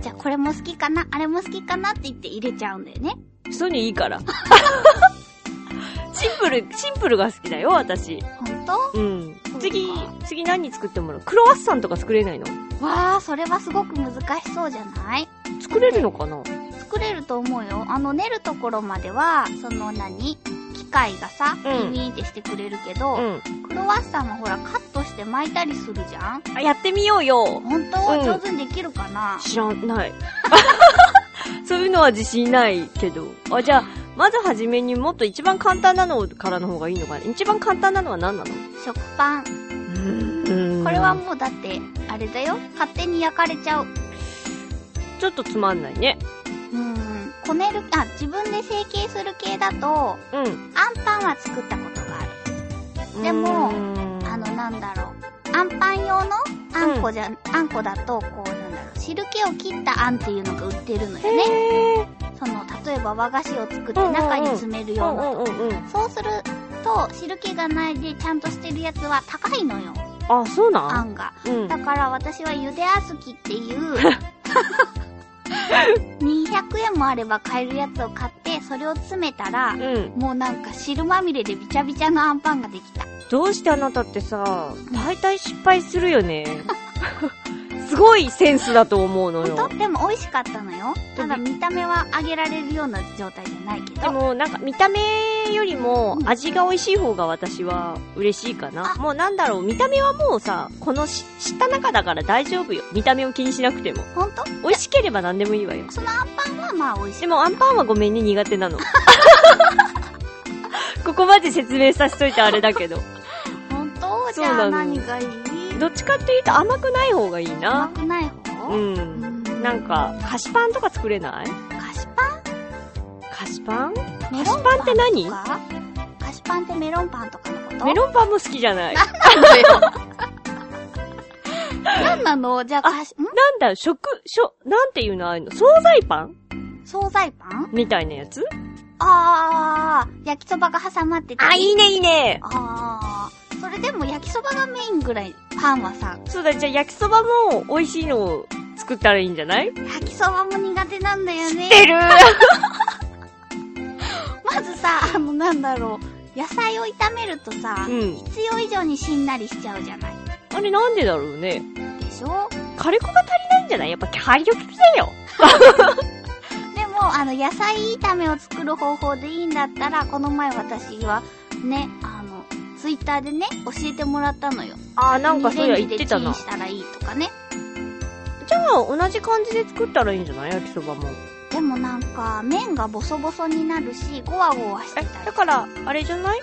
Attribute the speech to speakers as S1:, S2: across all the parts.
S1: じゃあこれも好きかな、あれも好きかなって言って入れちゃうんだよね。
S2: そういうのいいから。 シンプル、シンプルが好きだよ、私。
S1: ほんと
S2: うん
S1: そうか。
S2: 次、次何作ってもらうクロワッサンとか作れないの
S1: わー、それはすごく難しそうじゃない
S2: 作れるのかな
S1: 作れると思うよ。あの、練るところまでは、その何機械がさ、ビ
S2: うん
S1: ビーってしてくれるけど、
S2: うん。
S1: クロワッサンはほら、カットして巻いたりするじゃん
S2: あ、やってみようよ。
S1: ほんと、
S2: うん
S1: 上手にできるかな
S2: 知らない。 そういうのは自信ないけど。あ、じゃあ、まずはじめにもっと一番簡単なのからの方がいいのかな一番簡単なのは何なの
S1: 食パン。
S2: うん
S1: これはもうだって、あれだよ。勝手に焼かれちゃう。
S2: ちょっとつまんないね。
S1: うん。こねる、あ、自分で成形する系だと、
S2: うん。
S1: アンパンは作ったことがある。でも
S2: うーん
S1: あの、なんだろう。アンパン用のあんこじゃ、あんこだと、こう、なんだろう。汁気を切ったあんっていうのが売ってるのよね。
S2: へー
S1: その、例えば和菓子を作って
S2: うんうんうん
S1: 中に詰める
S2: う
S1: ようんな。
S2: うんうんうん。
S1: そうすると、汁気がないでちゃんとしてるやつは高いのよ。
S2: あ、そうなん
S1: あんが。
S2: うん。
S1: だから私はゆであずきっていう、200円もあれば買えるやつを買って、それを詰めたら、
S2: うん。
S1: もうなんか汁まみれでびちゃびちゃのアンパンができた。
S2: どうしてあなたってさ、大体失敗するよね。 すごいセンスだと思うの
S1: とっ
S2: よ。
S1: ても美味しかったのよ。ただ見た目は揚げられるような状態じゃないけ
S2: で
S1: ど。
S2: もなんか見た目よりも
S1: うん
S2: 味が美味しい方が私は嬉しいかな
S1: あ。
S2: もうなんだろう、見た目はもうさ、このし知った中だから大丈夫よ。見た目を気にしなくても。
S1: ほんと
S2: 美味しければ何でもいいわよ。
S1: そのアンパンはまあ美味し
S2: で
S1: い。
S2: もアンパンはごめんね、苦手 なの。ここまで説明させといてあれだけど。
S1: ほんとじ
S2: そうなの
S1: ゃあ何がいい
S2: どっちかっていうと甘くない方がいい
S1: 甘
S2: な。
S1: くないう方
S2: ん。なん、か、菓子パンとか作れない
S1: 菓子パ
S2: 菓子パン
S1: ンメロン
S2: 菓子パンって何
S1: とか菓子パンってメロンパンとかのこと
S2: メロンパンも好きじゃない。な
S1: 何なのじゃあ菓子、ん
S2: んだ、食、食、なんていうのああいうの惣菜パン
S1: 惣菜パン
S2: みたいなやつ
S1: あー、焼きそばが挟まってて。
S2: あ、いいね、いいね。
S1: あー、それでも焼きそばがメインぐらい、パンはさ、
S2: そうだ、じゃあ焼きそばも美味しいのを作ったらいいんじゃない
S1: 焼きそばも苦手なんだよね。
S2: る
S1: まずさ、あの、なんだろう。野菜を炒めるとさ、
S2: うん。
S1: 必要以上にしんなりしちゃうじゃない。
S2: あれなんでだろうね。
S1: でしょ
S2: 火力が足りないんじゃないやっぱ火力だよ。
S1: でも、あの、野菜炒めを作る方法でいいんだったら、この前私は、ね、あの、ツイッターでね、教えてもらったのよ。
S2: あー、なんかそういや
S1: レン
S2: 言
S1: ジ
S2: っ
S1: で
S2: てたな。
S1: チンしたらいいとかね。
S2: じゃあ、同じ感じで作ったらいいんじゃない焼きそばも。
S1: でもなんか、麺がボソボソになるし、ゴワゴワして
S2: え
S1: たり、
S2: だから、あれじゃない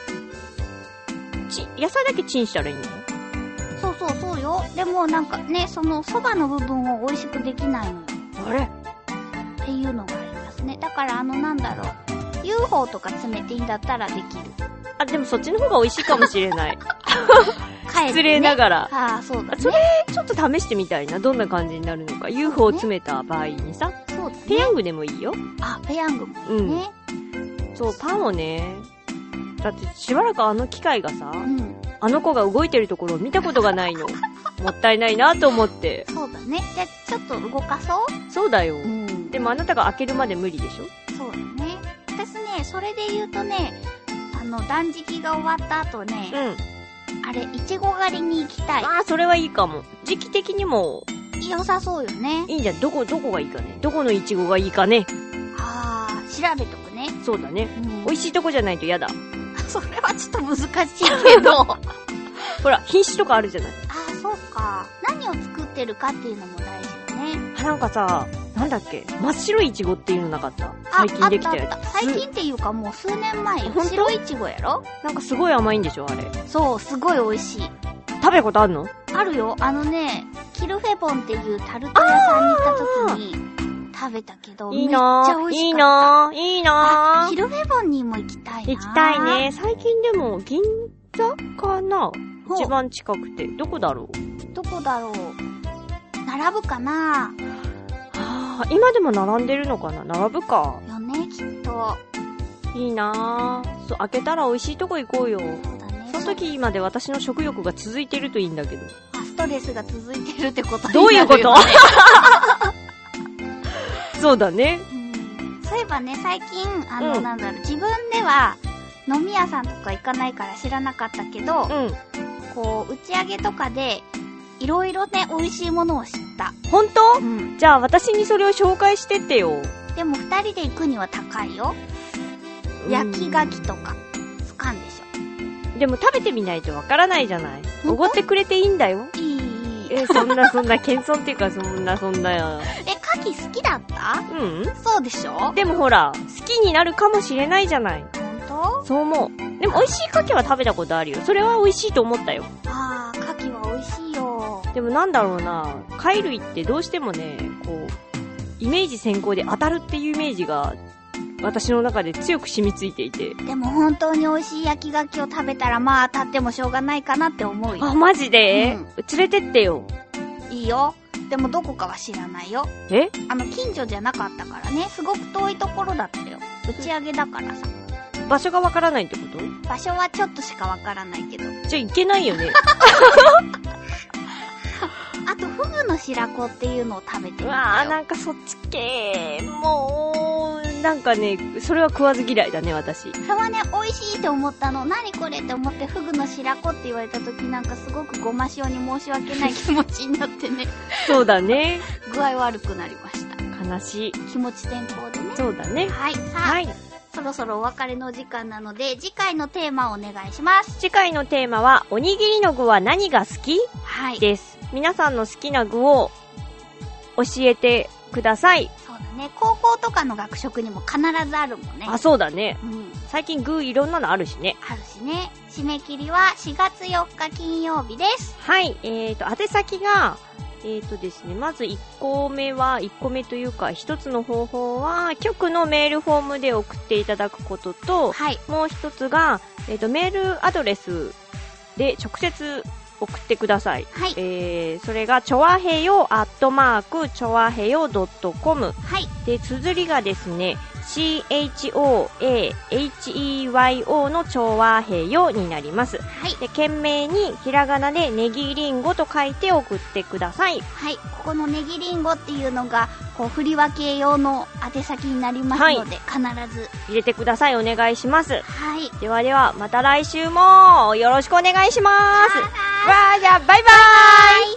S2: ち、野菜だけチンしたらいいの
S1: そうそうそうよ。でもなんかね、その、そばの部分を美味しくできないのよ。
S2: あれ
S1: っていうのがありますね。だからあの、なんだろう。UFO とか詰めていいんだったらできる。
S2: あ、でもそっちの方が美味しいかもしれ ない。
S1: 帰って、ね。
S2: 失礼ながら。
S1: ああ、そうだね。
S2: それ、ちょっと試してみたいな。どんな感じになるのか。UFO を詰めた場合にさ、
S1: そうだね。
S2: ペヤングでもいいよ。
S1: あ、ペヤングも
S2: う
S1: ね。
S2: ん。そう、パンをね、だってしばらくあの機械がさ、
S1: うん。
S2: あの子が動いてるところを見たことがない の。もったいないなと思って。
S1: そうだね。じゃあ、ちょっと動かそ
S2: そうだよ
S1: う。。ん
S2: でもあなたが開けるまで無理でしょ
S1: そうだね。私ね、それで言うとね、あの、断食が終わった後ね、
S2: うん。
S1: あれ、いちご狩りに行きたい。
S2: ああ、それはいいかも。時期的にも、
S1: 良さそうよね。
S2: いいんじゃん。どこ、どこがいいかね。どこのイチゴがいいかね。
S1: ああ、調べとくね。
S2: そうだね。
S1: うん
S2: 美味しいとこじゃないと嫌だ。
S1: それはちょっと難しいけ ど。あ
S2: ほら、品種とかあるじゃない。
S1: あ、そうか。何を作ってるかっていうのも大事よね。
S2: あ、なんかさ、なんだっけ、真っ白いイチゴっていうのなかった
S1: あ、
S2: 最近できたや
S1: あったあった。最近っていうかもう数年前よ
S2: ほん。と
S1: 白いちごやろ
S2: つ。なんかすごい甘いんでしょ、あれ。
S1: そう、すごい美味しい。
S2: 食べたことあるの
S1: あるよ。あのね、キルフェボンっていうタルト屋さんに行った時に食べたけど、
S2: いい
S1: めっ
S2: な
S1: ちゃ美
S2: ぁ。
S1: 味
S2: い
S1: し
S2: い
S1: かった。
S2: なぁ。いいな
S1: キ
S2: ぁ。
S1: ルフェボンにも行きたいな。
S2: 行きたい。ね。最近でも、銀座かな
S1: ほ
S2: 一
S1: う
S2: 番近くて。どこだろう
S1: どこだろう。並ぶかな
S2: あー今でも並んでるのかな並ぶか。
S1: よね、きっと。
S2: いいなぁ。そう、開けたら美味しいとこ行こうよ。
S1: そうだね。
S2: その時まで私の食欲が続いてるといいんだけど。
S1: あ、ストレスが続いてるってことになる
S2: どういうこと
S1: よ
S2: そうだね。
S1: うんそういえばね、最近、あの、
S2: うん
S1: なんだろう、自分では、飲み屋さんとか行かないから知らなかったけど、
S2: うん。
S1: こう、打ち上げとかで、いろいろね、美味しいものを知った。
S2: 本当
S1: うん。
S2: じゃあ私にそれを紹介してってよ。
S1: でも二人で行くには高いよ。焼き牡蠣とか、つかんでし
S2: でも食べてみないとわからないじゃない。
S1: 本当
S2: おごってくれていいんだよ。
S1: ょ。いい、いい。え、
S2: え、そんなそんな、謙遜っていうかそんなそんな。
S1: 牡蠣好きだった
S2: うん
S1: そうでしょほん
S2: でもほら、好きになるかもしれないじゃない。
S1: と
S2: そう思う。でも美味しい牡蠣は食べたことあるよ。それは美味しいと思ったよ。
S1: あー、牡蠣は美味しいよ。
S2: でもなんだろうな、貝類ってどうしてもね、こう、イメージ先行で当たるっていうイメージが、私の中で強く染みついていて。
S1: でも本当に美味しい焼き牡蠣を食べたら、まあ当たってもしょうがないかなって思うよ。
S2: あ、マジで、
S1: うん
S2: 連れてってよ。
S1: いいよ。でもどこかは知らないよ。
S2: え
S1: あの、近所じゃなかったからね。すごく遠いところだったよ。打ち上げだからさ。
S2: 場所がわからないってこと
S1: 場所はちょっとしかわからないけど。
S2: じゃあ行けないよね。
S1: あと、フグの白子っていうのを食べて
S2: う
S1: み
S2: わ
S1: た
S2: あ
S1: よ。
S2: なんかそっち系もうなんかねそれは食わず嫌いだね
S1: そ
S2: 私
S1: れはね、美味しいって思ったの。何これって思って、フグの白子って言われた時なんかすごくごま塩に申し訳 ない気持ちになってね、
S2: そうだね
S1: 具合悪くなりました。
S2: 悲しい
S1: 気持ち転向でね。
S2: そうだね
S1: はい、さあ、
S2: はい
S1: そろそろお別れのお時間なので、次回のテーマをお願いします。
S2: 次回のテーマは「おにぎりの具は何が好き?
S1: はい」。
S2: です皆さんの好きな具を教えてください
S1: そうだね。高校とかの学食にも必ずあるもんね。
S2: あそうだね
S1: うん。
S2: 最近具いろんなのあるしね
S1: あるしね。締め切りは4月4日金曜日です。
S2: はいえーと宛先がえーとですね、まず1個目は、1個目というか、1つの方法は、局のメールフォームで送っていただくことと、
S1: はい。
S2: もう一つが、えっとメールアドレスで直接送ってください。
S1: はい。
S2: えー、それが、ちょわへよ、アットマーク、ちょわへよ .com。
S1: はい。
S2: で、綴りがですね、 CHOAHEYO の調和併用になります。
S1: はい。
S2: で、懸命にひらがなでネギリンゴと書いて送ってください。
S1: はい。ここのネギリンゴっていうのが、こう、振り分け用の宛先になりますので、必ず。
S2: 入れてください。お願いしま
S1: は
S2: す。
S1: い。
S2: ではでは、また来週もよろしくお願いします。
S1: バ
S2: わ
S1: イバイ
S2: ーじゃあ、バイバーイ
S1: はい。